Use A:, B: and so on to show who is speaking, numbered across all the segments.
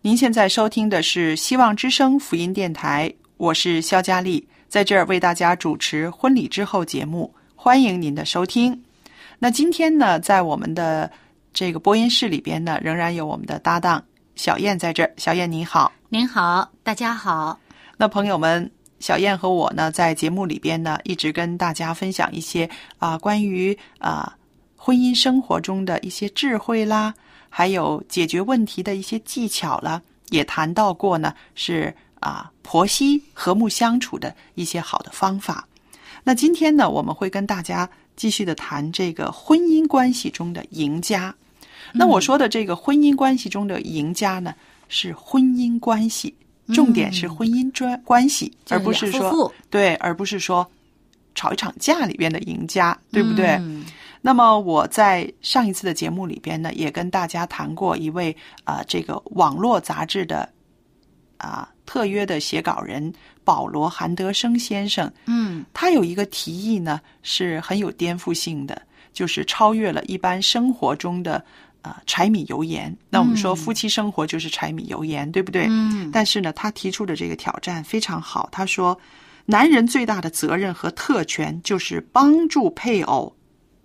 A: 您现在收听的是希望之声福音电台，我是肖佳丽，在这儿为大家主持婚礼之后节目，欢迎您的收听。那今天呢，在我们的这个播音室里边呢，仍然有我们的搭档小燕在这儿。小燕你好，
B: 您好，大家好。
A: 那朋友们，小燕和我呢，在节目里边呢，一直跟大家分享一些啊、关于啊、婚姻生活中的一些智慧啦，还有解决问题的一些技巧啦，也谈到过呢是啊、婆媳和睦相处的一些好的方法。那今天呢，我们会跟大家继续的谈这个婚姻关系中的赢家。那我说的这个婚姻关系中的赢家呢，是婚姻关系，重点是婚姻专关系，
B: 就
A: 而不是
B: 俩
A: 说
B: 夫妇
A: 对，而不是说吵一场架里边的赢家，对不对？
B: 嗯
A: 那么我在上一次的节目里边呢，也跟大家谈过一位啊、呃这个网络杂志的啊、特约的写稿人保罗·韩德生先生，
B: 嗯
A: 他有一个提议呢，是很有颠覆性的，就是超越了一般生活中的呃柴米油盐。那我们说夫妻生活就是柴米油盐，对不对？
B: 嗯
A: 但是呢，他提出的这个挑战非常好。他说，男人最大的责任和特权就是帮助配偶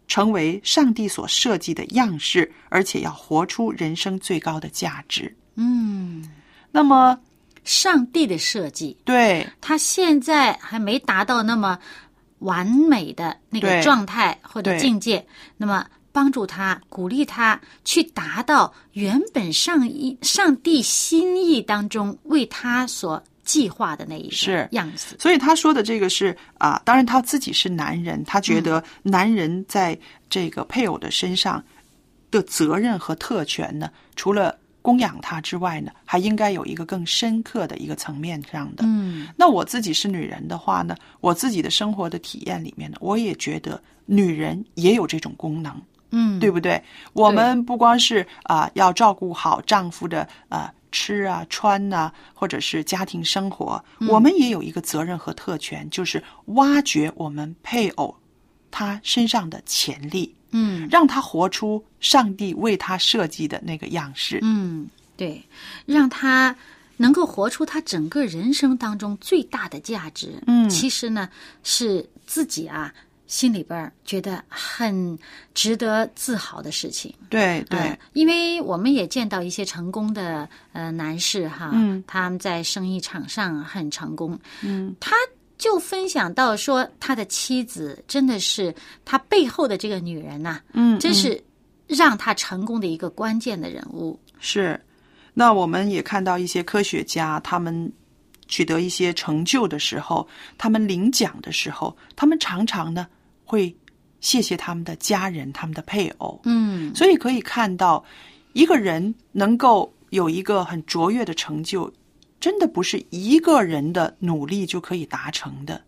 A: 成为上帝所设计的样式，而且要活出人生最高的价值。
B: 嗯，
A: 那么，
B: 上帝的设计，
A: 对
B: 他现在还没达到那么完美的那个
A: 对
B: 状态或者
A: 对
B: 境界，那么。帮助他，鼓励他去达到原本上一上帝心意当中为他所计划的那一个
A: 是
B: 样子。
A: 所以他说的这个是啊，当然他自己是男人，他觉得男人在这个配偶的身上的责任和特权呢，除了供养他之外呢，还应该有一个更深刻的一个层面上的。
B: 嗯
A: 那我自己是女人的话呢，我自己的生活的体验里面呢，我也觉得女人也有这种功能。
B: 嗯，
A: 对不对？我们不光是啊、要照顾好丈夫的啊吃啊穿呐、或者是家庭生活，我们也有一个责任和特权，就是挖掘我们配偶他身上的潜力，
B: 嗯，
A: 让他活出上帝为他设计的那个样式。
B: 嗯，对，让他能够活出他整个人生当中最大的价值。嗯，其实呢是自己啊心里边儿觉得很值得自豪的事情。
A: 对对、
B: 嗯因为我们也见到一些成功的呃男士哈，
A: 嗯
B: 他们在生意场上很成功，
A: 嗯，
B: 他就分享到说他的妻子真的是他背后的这个女人呐、
A: 嗯
B: 真是让他成功的一个关键的人物。
A: 是。那我们也看到一些科学家，他们取得一些成就的时候，他们领奖的时候，他们常常呢会谢谢他们的家人、他们的配偶。
B: 嗯
A: 所以可以看到，一个人能够有一个很卓越的成就，真的不是一个人的努力就可以达成的。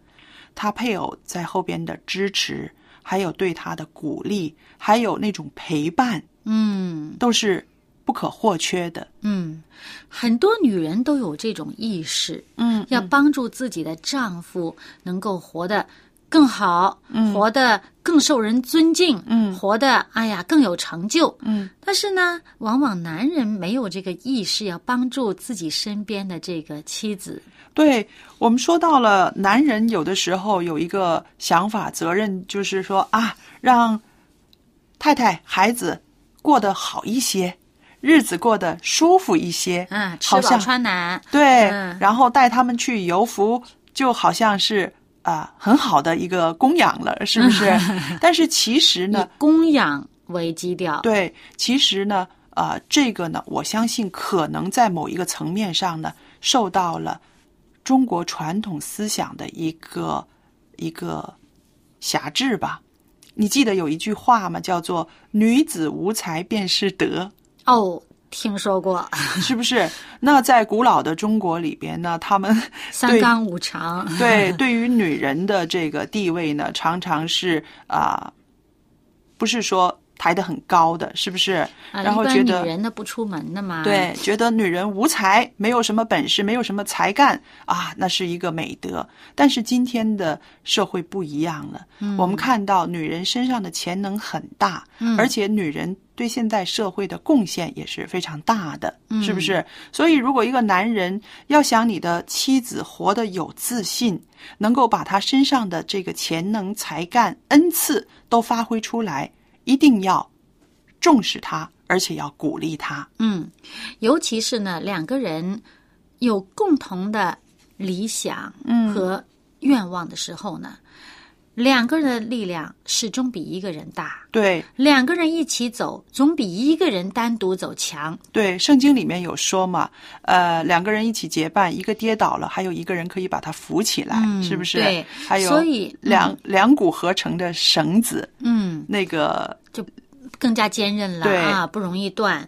A: 他配偶在后边的支持，还有对他的鼓励，还有那种陪伴，
B: 嗯
A: 都是不可或缺的。
B: 嗯，很多女人都有这种意识，
A: 嗯
B: 要帮助自己的丈夫能够活得更好，活得更受人尊敬，
A: 嗯
B: 活得哎呀更有成就。
A: 嗯
B: 但是呢，往往男人没有这个意识，要帮助自己身边的这个妻子。
A: 对我们说到了，男人有的时候有一个想法、责任，就是说啊，让太太、孩子过得好一些，日子过得舒服一些，
B: 嗯，吃
A: 好
B: 饱
A: 像
B: 穿暖，
A: 对，
B: 嗯
A: 然后带他们去游浮，就好像是啊、很好的一个供养了，是不 是？但是其实
B: 以
A: 呢，
B: 供养为基调。
A: 对，其实呢，啊，这个呢，我相信可能在某一个层面上呢，受到了中国传统思想的一个一个辖制吧。你记得有一句话吗？叫做“女子无才便是德
B: 哦，听说过”，
A: 是不是？ 那在古老的中国里边呢，他们
B: 三
A: 对
B: 纲五常。
A: 对，对于女人的这个地位呢，常常是啊、不是说抬得很高的，是不是？
B: 啊，
A: 然后
B: 一般
A: 觉得
B: 女人的不出门的嘛。
A: 对，觉得女人无才，没有什么本事，没有什么才干啊，那是一个美德。但是今天的社会不一样了，我们看到女人身上的潜能很大，而且女人对现在社会的贡献也是非常大的，是不是？所以，如果一个男人要想你的妻子活得有自信，能够把她身上的这个潜能、才干、恩赐都发挥出来，一定要重视她，而且要鼓励她。
B: 嗯，尤其是呢，两个人有共同的理想和愿望的时候呢，两个人的力量始终比一个人大。
A: 对
B: 两个人一起走，总比一个人单独走强。
A: 对，圣经里面有说嘛，呃，两个人一起结伴，一个跌倒了，还有一个人可以把他扶起来，
B: 嗯
A: 是不是？
B: 对
A: 还有，
B: 所以嗯
A: 哎两、两股合成的绳子，
B: 嗯，
A: 那个
B: 更加坚韧了
A: 对
B: 啊，不容易断。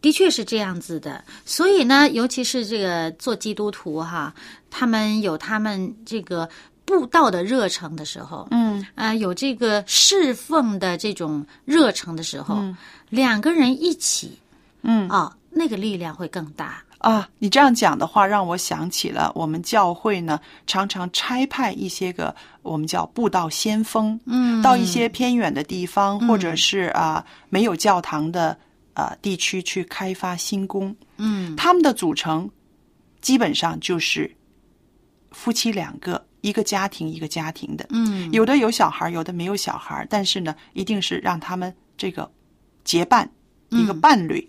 B: 的确是这样子的，所以呢，尤其是这个做基督徒哈，他们有他们这个布道的热诚的时候，
A: 嗯，
B: 啊、有这个侍奉的这种热诚的时候，两个人一起，
A: 嗯
B: 啊、那个力量会更大。
A: 啊，你这样讲的话，让我想起了我们教会呢，常常差派一些个我们叫布道先锋，嗯，到一些偏远的地方，
B: 嗯
A: 或者是啊没有教堂的呃地区去开发新宫，
B: 嗯，
A: 他们的组成基本上就是夫妻两个，一个家庭一个家庭的，
B: 嗯，
A: 有的有小孩儿，有的没有小孩儿，但是呢，一定是让他们这个结伴一个伴侣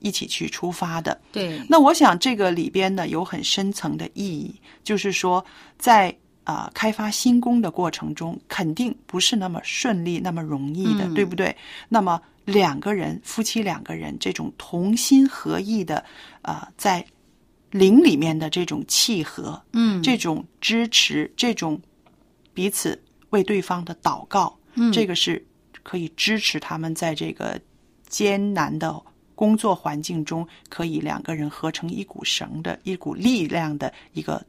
A: 一起去出发的。
B: 对，
A: 那我想这个里边呢有很深层的意义，就是说在啊、呃开发新宫的过程中，肯定不是那么顺利、那么容易的，
B: 嗯
A: 对不对？那么两个人，夫妻两个人这种同心合意的，呃，在灵里面的这种契合，
B: 嗯，
A: 这种支持，这种彼此为对方的祷告，
B: 嗯
A: 这个是可以支持他们在这个艰难的工作环境中，可以两个人合成一股绳的一股力量的一个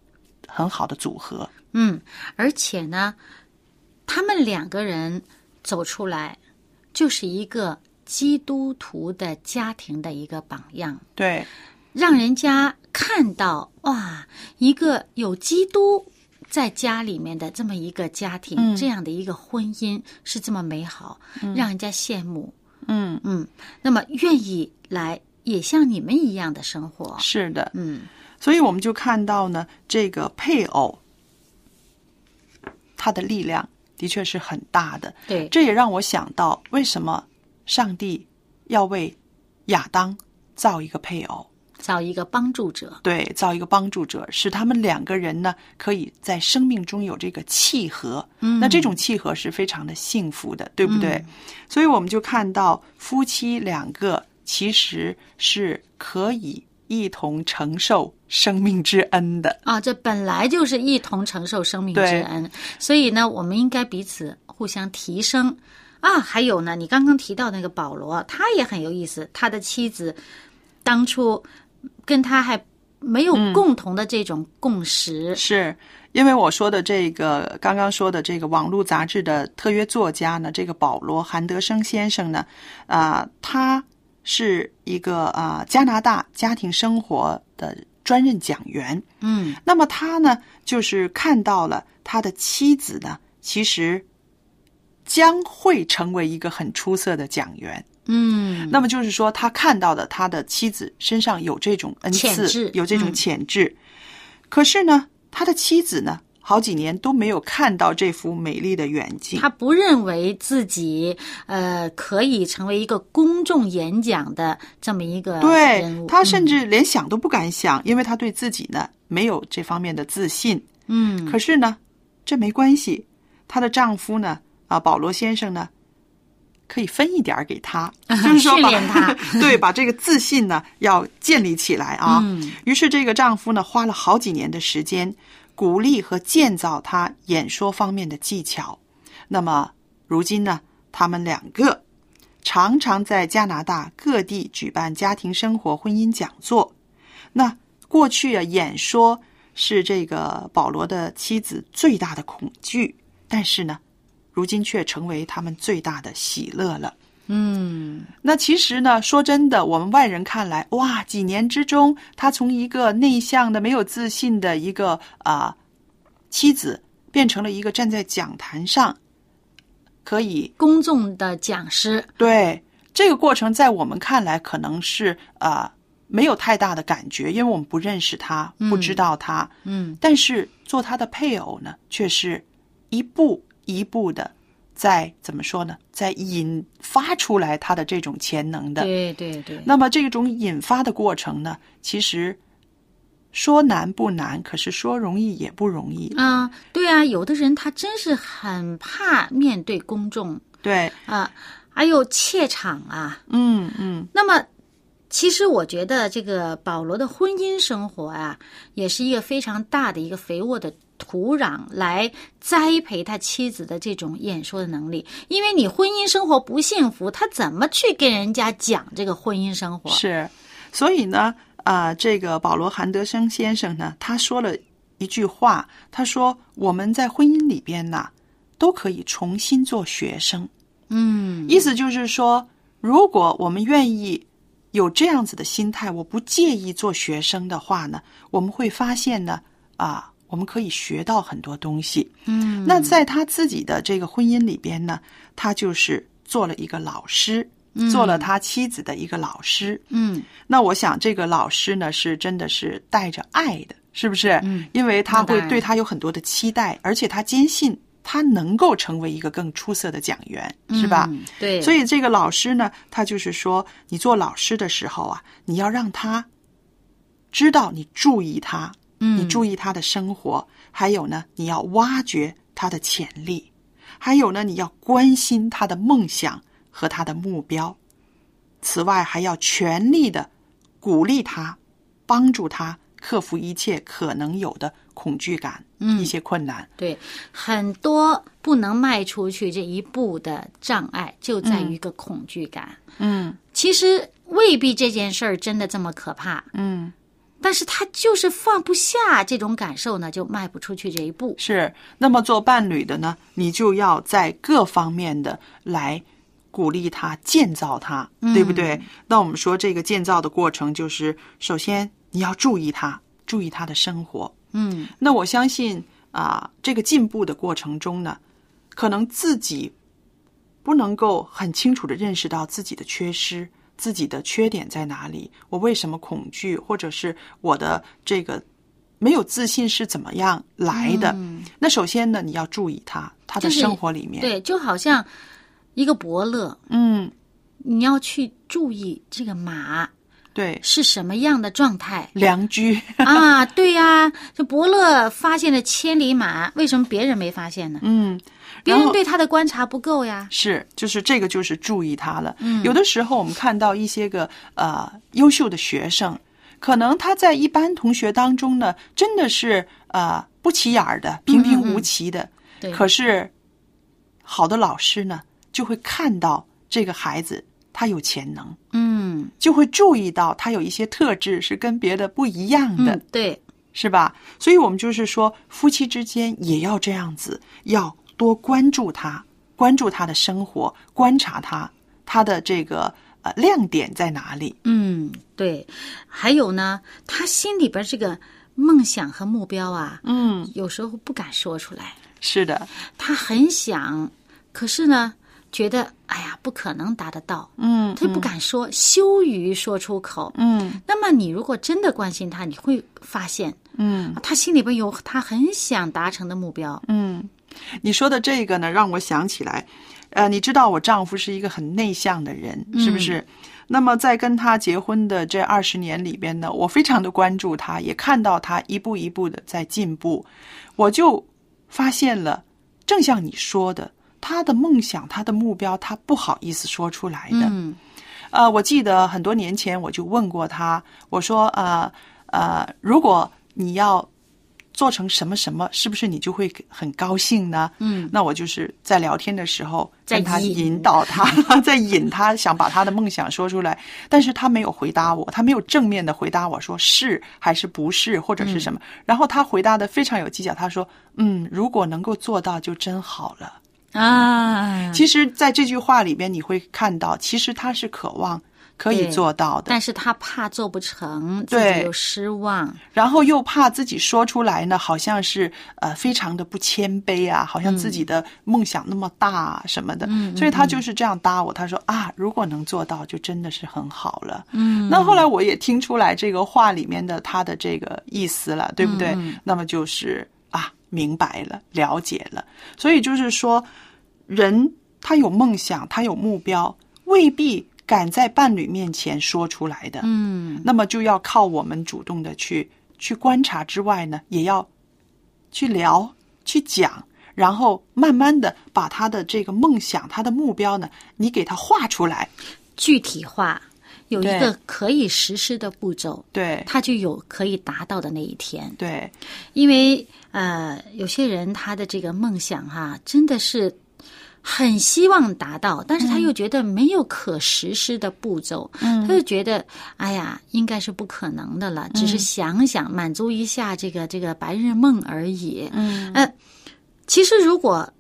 A: 很好的组合。
B: 嗯，而且呢，他们两个人走出来，就是一个基督徒的家庭的一个榜样，
A: 对，
B: 让人家看到哇，一个有基督在家里面的这么一个家庭，
A: 嗯
B: 这样的一个婚姻是这么美好，让人家羡慕。
A: 嗯，
B: 嗯，那么愿意来也像你们一样的生活。
A: 是的，
B: 嗯
A: 所以我们就看到呢，这个配偶他的力量的确是很大的。，
B: 对，
A: 这也让我想到，为什么上帝要为亚当造一个配偶？
B: 找一个帮助者。
A: 对，造一个帮助者，使他们两个人呢，可以在生命中有这个契合。
B: 嗯
A: 那这种契合是非常的幸福的，对不对？所以我们就看到夫妻两个其实是可以一同承受生命之恩的。
B: 啊，这本来就是一同承受生命之
A: 对
B: 恩，所以呢，我们应该彼此互相提升。啊，还有呢，你刚刚提到那个保罗，他也很有意思，他的妻子当初跟他还没有
A: 嗯
B: 共同的这种共识。
A: 是因为我说的这个刚刚说的这个网络杂志的特约作家呢，这个保罗·韩德生先生呢，啊、他是一个啊、加拿大家庭生活的专任讲员。
B: 嗯
A: 那么他呢，就是看到了他的妻子呢，其实将会成为一个很出色的讲员。
B: 嗯，
A: 那么就是说，他看到的他的妻子身上有这种恩
B: 潜质
A: 赐，有这种
B: 嗯
A: 潜质。可是呢，他的妻子呢，好几年都没有看到这幅美丽的远景。
B: 他不认为自己呃可以成为一个公众演讲的这么一个
A: 对
B: 人物。
A: 他
B: 嗯
A: 甚至连想都不敢想，因为他对自己呢没有这方面的自信。
B: 嗯
A: 可是呢，这没关系，她的丈夫呢，啊，保罗先生呢，可以分一点儿 给她，就是说
B: 训
A: 把
B: 练她
A: 对，把这个自信呢要建立起来啊。
B: 嗯
A: 于是这个丈夫呢，花了好几年的时间，鼓励和建造她演说方面的技巧。那么如今呢，他们两个常常在加拿大各地举办家庭生活、婚姻讲座。那过去啊，演说是这个保罗的妻子最大的恐惧，但是呢，如今却成为他们最大的喜乐了。
B: 嗯
A: 那其实呢，说真的，我们外人看来，哇，几年之中，他从一个内向的、没有自信的一个啊、妻子，变成了一个站在讲坛上可以
B: 公众的讲师，
A: 对这个过程，在我们看来可能是啊、没有太大的感觉，因为我们不认识他，不知道他。
B: 嗯
A: 但是做他的配偶呢，却是一步一步的在怎么说呢，在引发出来他的这种潜能的。
B: 对对对，
A: 那么这种引发的过程呢，其实说难不难，可是说容易也不容易。
B: 嗯对啊，有的人他真是很怕面对公众
A: 对，
B: 啊，还有怯场啊。
A: 嗯嗯，
B: 那么，其实我觉得这个保罗的婚姻生活啊，也是一个非常大的一个肥沃的土壤，来栽培他妻子的这种演说的能力。因为你婚姻生活不幸福，他怎么去跟人家讲这个婚姻生活？
A: 是。所以呢，啊、这个保罗·韩德生先生呢，他说了一句话，他说：“我们在婚姻里边呐，都可以重新做学生。”
B: 嗯
A: 意思就是说，如果我们愿意有这样子的心态，我不介意做学生的话呢，我们会发现呢，啊，我们可以学到很多东西。
B: 嗯，
A: 那在他自己的这个婚姻里边呢，他就是做了一个老师，做了他妻子的一个老师。
B: 嗯，
A: 那我想，这个老师呢，是真的是带着爱的，是不是？
B: 嗯
A: 因为他
B: 那当
A: 会
B: 然
A: 对他有很多的期待，而且他坚信他能够成为一个更出色的讲员，是吧？
B: 嗯对，
A: 所
B: 以
A: 以这个老师呢，他就是说，你做老师的时候啊，你要让他知道你注意他，
B: 嗯，
A: 你注意他的生活，还有呢，你要挖掘他的潜力，还有呢，你要关心他的梦想和他的目标。此外，还要全力的鼓励他，帮助他克服一切可能有的恐惧感、一些困难。
B: 对，很多不能迈出去这一步的障碍，就在于一个恐惧感。
A: 嗯
B: 其实未必这件事儿真的这么可怕，
A: 嗯。
B: 但是他就是放不下这种感受呢，就迈不出去这一步。
A: 是，那么做伴侣的呢，你就要在各方面的来鼓励他、建造他，对不对？那我们说这个建造的过程，就是首先你要注意他，注意他的生活。
B: 嗯
A: 那我相信啊、这个进步的过程中呢，可能自己不能够很清楚的认识到自己的缺失。自己的缺点在哪里？我为什么恐惧，或者是我的这个没有自信是怎么样来的？
B: 嗯，
A: 那首先呢，你要注意他他的
B: 就是
A: 生活里面，
B: 对，就好像一个伯乐，
A: 嗯，
B: 你要去注意这个马
A: 对，。
B: 是什么样的状态
A: 良驹，
B: 啊，对呀、这伯乐发现了千里马，为什么别人没发现呢？
A: 嗯，
B: 别
A: 然
B: 人
A: 后
B: 对他的观察不够呀。
A: 是，就是这个就是注意他了。嗯，有的时候我们看到一些个呃优秀的学生，可能他在一般同学当中呢，真的是呃不起眼儿的、平平无奇的。
B: 嗯对，
A: 可是好的老师呢，就会看到这个孩子他有潜能，
B: 嗯，嗯
A: 就会注意到他有一些特质是跟别的不一样的，
B: 嗯，对，
A: 是吧？所以我们就是说，夫妻之间也要这样子，要多关注他，关注他的生活，观察他，他的这个呃亮点在哪里？
B: 嗯对。还有呢，他心里边这个梦想和目标啊，
A: 嗯，
B: 有时候不敢说出来，
A: 是的，
B: 他很想，可是呢，觉得哎呀不可能达得到，
A: 嗯
B: 他就不敢说，羞于说出口。
A: 嗯
B: 那么你如果真的关心他，你会发现啊
A: 嗯
B: 他心里边有他很想达成的目标。
A: 嗯，你说的这个呢，让我想起来，呃，你知道我丈夫是一个很内向的人，是不是？那么在跟他结婚的这二十年里边呢，我非常的关注他，也看到他一步一步的在进步，我就发现了，正像你说的，他的梦想、他的目标，他不好意思说出来的。
B: 嗯
A: 呃，我记得很多年前我就问过他，我说，呃呃，如果你要做成什么什么，是不是你就会很高兴呢？
B: 嗯，
A: 那我就是在聊天的时候
B: 在
A: 跟他
B: 引
A: 引导他，在引他想把他的梦想说出来，但是他没有回答我，他没有正面的回答我说是还是不是或者
B: 嗯
A: 是什么，然后他回答的非常有技巧，他说，嗯，如果能够做到就真好了。
B: 啊，
A: 其实，在这句话里边，你会看到，其实他是渴望可以
B: 对
A: 做到的，
B: 但是他怕做不成，自
A: 对
B: 己又失望。
A: 然后又怕自己说出来呢，好像是呃非常的不谦卑啊，好像自己的梦想那么大、啊、什么的，所以他就是这样搭我，他说啊，如果能做到，就真的是很好了。嗯，那后来我也听出来这个话里面的他的这个意思了，对不对？那么就是啊，明白了，了解了，所以就是说，人他有梦想，他有目标，未必敢在伴侣面前说出来的。
B: 嗯
A: 那么就要靠我们主动的去去观察之外呢，也要去聊、去讲，然后慢慢的把他的这个梦想、他的目标呢，你给他画出来。，
B: 具体化有一
A: 对
B: 个可以实施的步骤，
A: 对
B: 他就有可以达到的那一天。
A: 对，
B: 因为呃，有些人他的这个梦想哈、真的是很希望达到，但是他又觉得没有可实施的步骤，他就觉得哎呀，应该是不可能的了，只是想想满足一下这个这个白日梦而已。
A: 嗯
B: 呃，其实如果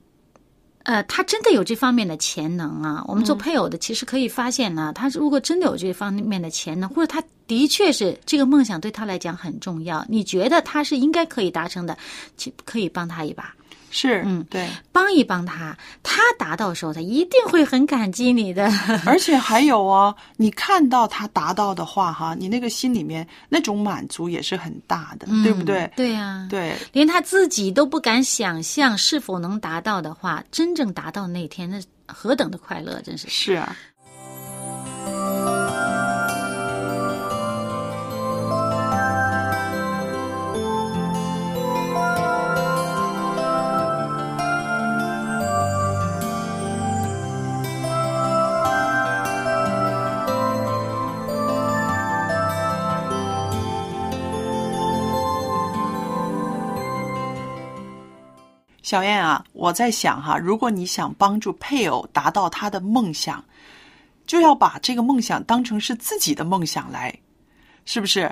B: 呃，他真的有这方面的潜能啊！我们
A: 嗯
B: 做配偶的其实可以发现呢、他如果真的有这方面的潜能，或者他的确是这个梦想对他来讲很重要，你觉得他是应该可以达成的，去可以帮他一把，
A: 是，
B: 嗯
A: 对，
B: 帮一帮他，他达到的时候，他一定会很感激你的。
A: 而且还有哦，你看到他达到的话，哈，你那个心里面那种满足也是很大的， 对不对
B: 嗯？对呀、
A: 对，
B: 连他自己都不敢想象是否能达到的话，真正达到那天，那何等的快乐，真是。
A: 是啊。小燕啊，我在想哈、如果你想帮助配偶达到他的梦想，就要把这个梦想当成是自己的梦想来，是不是？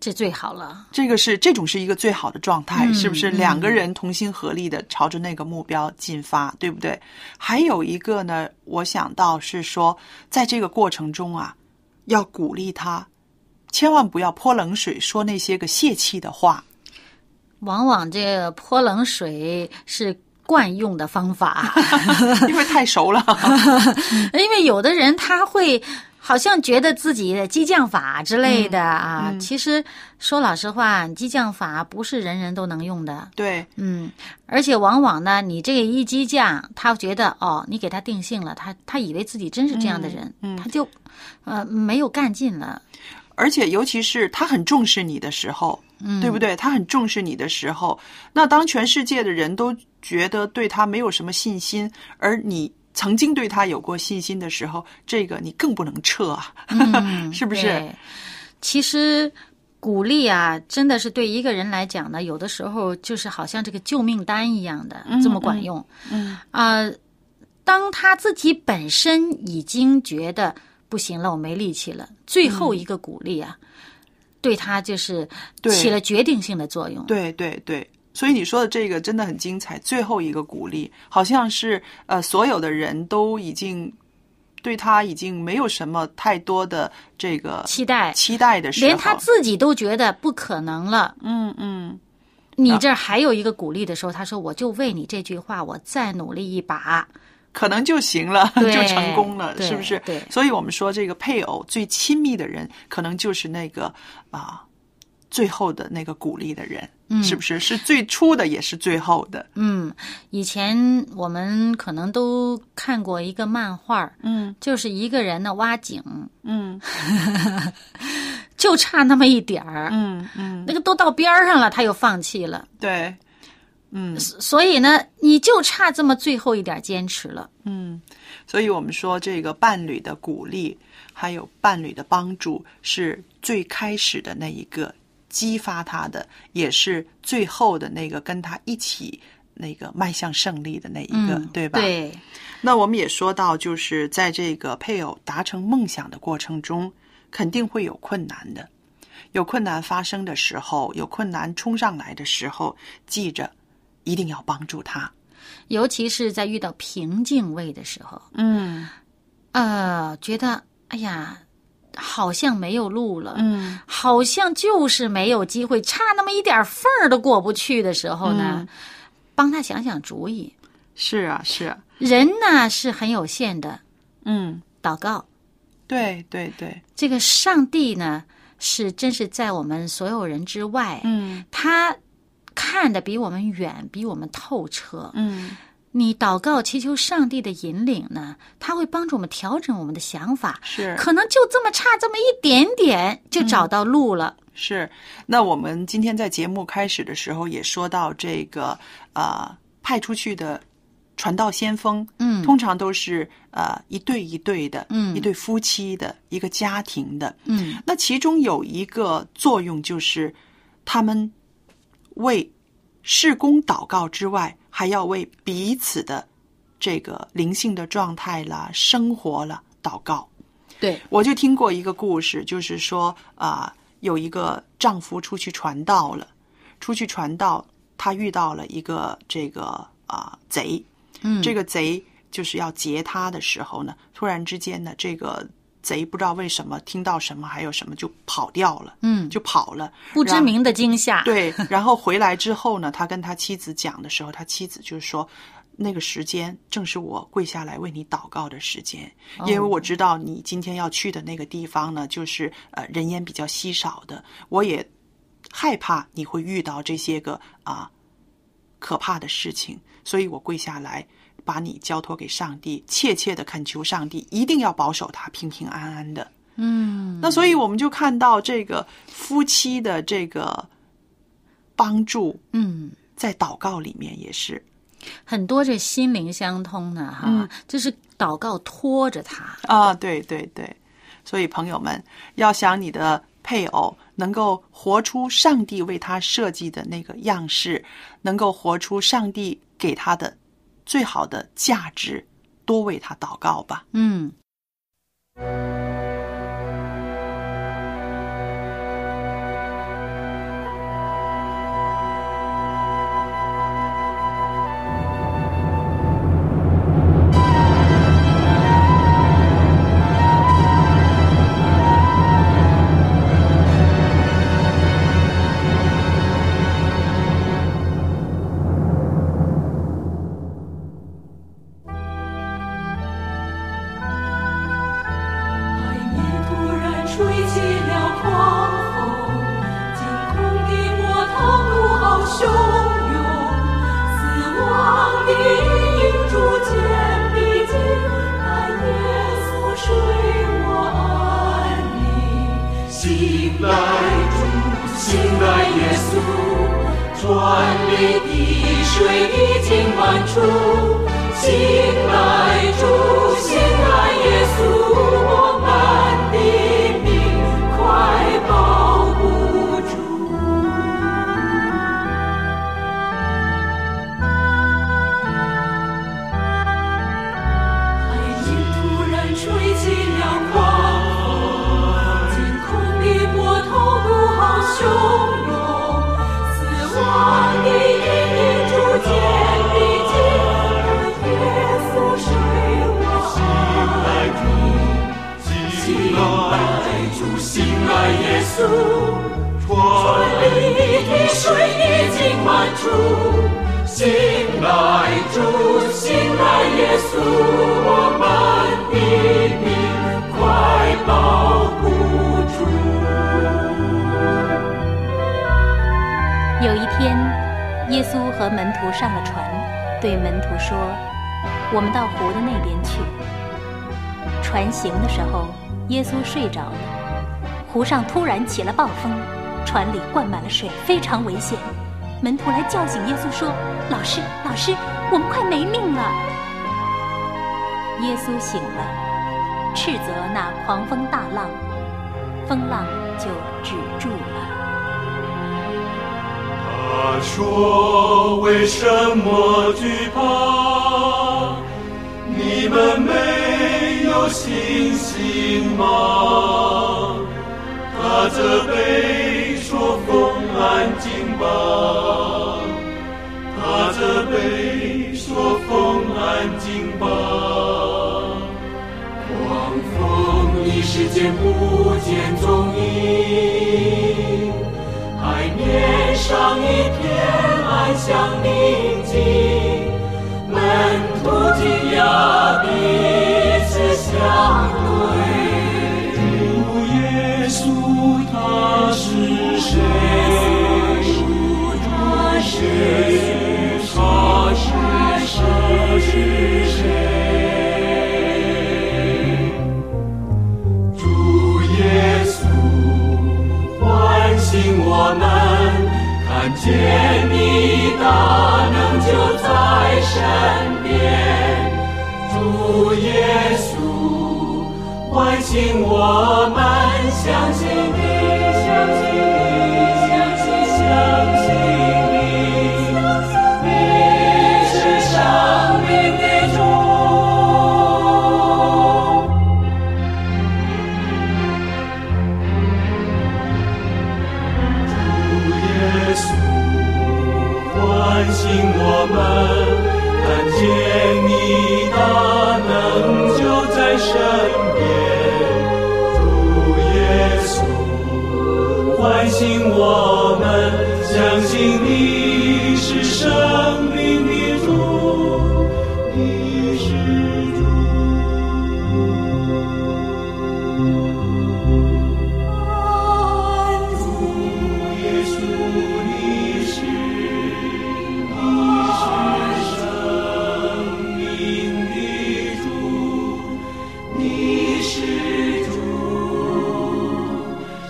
B: 这最好了，
A: 这个是这种是一个最好的状态，
B: 嗯
A: 是不是？
B: 嗯
A: 两个人同心合力的朝着那个目标进发，对不对？还有一个呢，我想到是说，在这个过程中啊，要鼓励他，千万不要泼冷水，说那些个泄气的话。
B: 往往这泼冷水是惯用的方法，
A: 因为太熟了，
B: 因为有的人他会好像觉得自己的激将法之类的啊，其实说老实话，激将法不是人人都能用的。
A: 对，
B: 嗯，而且往往呢，你这个一激将，他觉得哦，你给他定性了，他他以为自己真是这样的人，他就呃没有干劲了。
A: 而且尤其是他很重视你的时候，
B: 嗯，
A: 对不对？他很重视你的时候，那当全世界的人都觉得对他没有什么信心，而你曾经对他有过信心的时候，这个你更不能撤啊，
B: 嗯
A: 是不是
B: 对其实鼓励啊，真的是对一个人来讲呢，有的时候就是好像这个救命丹一样的，这么管
A: 嗯
B: 呃用。嗯啊、当他自己本身已经觉得不行了，我没力气了。最后
A: 嗯
B: 一个鼓励啊，对他就是
A: 对
B: 起了决定性的作用。
A: 对对对，所以你说的这个真的很精彩。最后一个鼓励，好像是呃，所有的人都已经对他已经没有什么太多的这个
B: 期待，
A: 期待的时候，
B: 连他自己都觉得不可能了。
A: 嗯嗯，
B: 你这儿还有一个鼓励的时候，他说：“我就为你这句话，我再努力一把。
A: 可能就行了，
B: 对
A: 就成功了，
B: 对
A: 是不是？
B: 对
A: 所以我们说这个配偶最亲密的人，可能就是那个啊、最后的那个鼓励的人，
B: 嗯
A: 是不是？是最初的，也是最后的。”
B: 嗯，以前我们可能都看过一个漫画儿，
A: 嗯
B: 就是一个人呢挖井，
A: 嗯
B: 就差那么一点儿，
A: 嗯嗯，
B: 那个都到边儿上了，他又放弃了。
A: 对，嗯。
B: 所以呢，你就差这么最后一点坚持了。
A: 嗯，所以我们说这个伴侣的鼓励，还有伴侣的帮助，是最开始的那一个激发他的，也是最后的那个跟他一起那个迈向胜利的那一个，
B: 嗯，
A: 对吧？
B: 对，
A: 那我们也说到，就是在这个配偶达成梦想的过程中，肯定会有困难的。有困难发生的时候，有困难冲上来的时候，记着一定要帮助他。
B: 尤其是在遇到瓶颈位的时候，
A: 嗯
B: 呃，觉得哎呀，好像没有路了，
A: 嗯，
B: 好像就是没有机会，差那么一点缝儿都过不去的时候呢，帮他想想主意。
A: 是啊，是啊，
B: 人呢是很有限的，
A: 嗯。
B: 祷告
A: 对对对，
B: 这个上帝呢是真是在我们所有人之外，
A: 嗯
B: 他看得比我们远，比我们透彻。
A: 嗯，
B: 你祷告祈求上帝的引领呢，他会帮助我们调整我们的想法，
A: 是
B: 可能就这么差这么一点点就找到路了。
A: 是。那我们今天在节目开始的时候也说到这个呃派出去的传道先锋，
B: 嗯
A: 通常都是呃一对一对的，
B: 嗯
A: 一对夫妻的一个家庭的。
B: 嗯
A: 那其中有一个作用就是，他们为事工祷告之外，还要为彼此的这个灵性的状态啦、生活啦祷告。
B: 对，
A: 我就听过一个故事，就是说啊、有一个丈夫出去传道了，出去传道，他遇到了一个这个啊、贼，
B: 嗯，
A: 这
B: 个
A: 个贼就是要劫他的时候呢，突然之间呢，这个贼不知道为什么听到什么还有什么就跑掉了，
B: 嗯
A: 就跑了，
B: 不知
A: 然后
B: 名的惊吓，
A: 对，然后回来之后呢，他跟他妻子讲的时候，他妻子就说，那个时间正是我跪下来为你祷告的时间，因为我知道你今天要去的那个地方呢，就是呃人烟比较稀少的，我也害怕你会遇到这些个啊、可怕的事情，所以我跪下来。把你交托给上帝，切切的恳求上帝一定要保守他平平安安的。
B: 嗯
A: 那所以我们就看到这个夫妻的这个帮助，
B: 嗯，
A: 在祷告里面也是
B: 很多这心灵相通呢，哈，
A: 嗯
B: 就是祷告拖着他，
A: 啊，对对对。所以朋友们，要想你的配偶能够活出上帝为他设计的那个样式，能够活出上帝给他的最好的价值，多为他祷告吧。
B: 嗯。
C: 海面突然吹起了狂风，惊恐的波涛怒吼汹涌，死亡的影逐渐逼近，但耶稣睡我安宁。醒来，主，醒来，耶稣，壮丽的水已经漫出。醒来，主，醒来，耶稣。我们的命快保不住。海鹰突然吹起了狂稣，川里的水已经满出，醒来主，醒来耶稣，我们的命快保不住。
D: 有一天，耶稣和门徒上了船，对门徒说：“我们到湖的那边去。”船行的时候，耶稣睡着了。湖上突然起了暴风，船里灌满了水，非常危险。门徒来叫醒耶稣说：“老师，老师，我们快没命了！”耶稣醒了，斥责那狂风大浪，风浪就止住了。
C: 他说：“为什么惧怕？你们没有信心吗？”他责备说：“风安静吧。”他责备说：“风安静吧。”狂风一时间不见踪影。海面上一片安详宁静，门徒惊讶彼此相对。主耶稣他是谁？他是谁？他是谁？主耶稣。唤醒我们，看见你大能就在身边。主耶稣，唤醒我们，相信你，相信你，相信相信你，你是生命的主。主耶稣，唤醒我们，看见你大能就在身边。主耶稣，唤醒我们，相信你是生命的主，你是主。耶稣，你是，你是生命的主，你是主，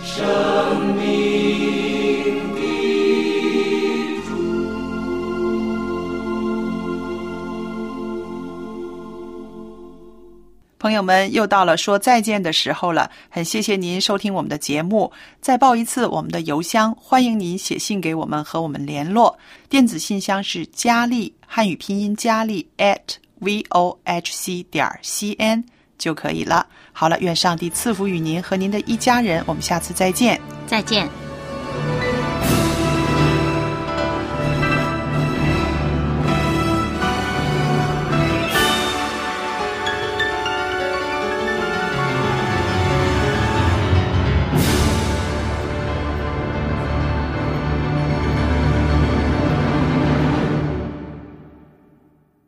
C: 生命的主。
A: 朋友们，又到了说再见的时候了，很谢谢您收听我们的节目。再报一次我们的邮箱，欢迎您写信给我们和我们联络。电子信箱是佳丽汉语拼音佳丽 at v o h c 点 c n 就可以了。好了，愿上帝赐福与您和您的一家人，我们下次再见。
B: 再见。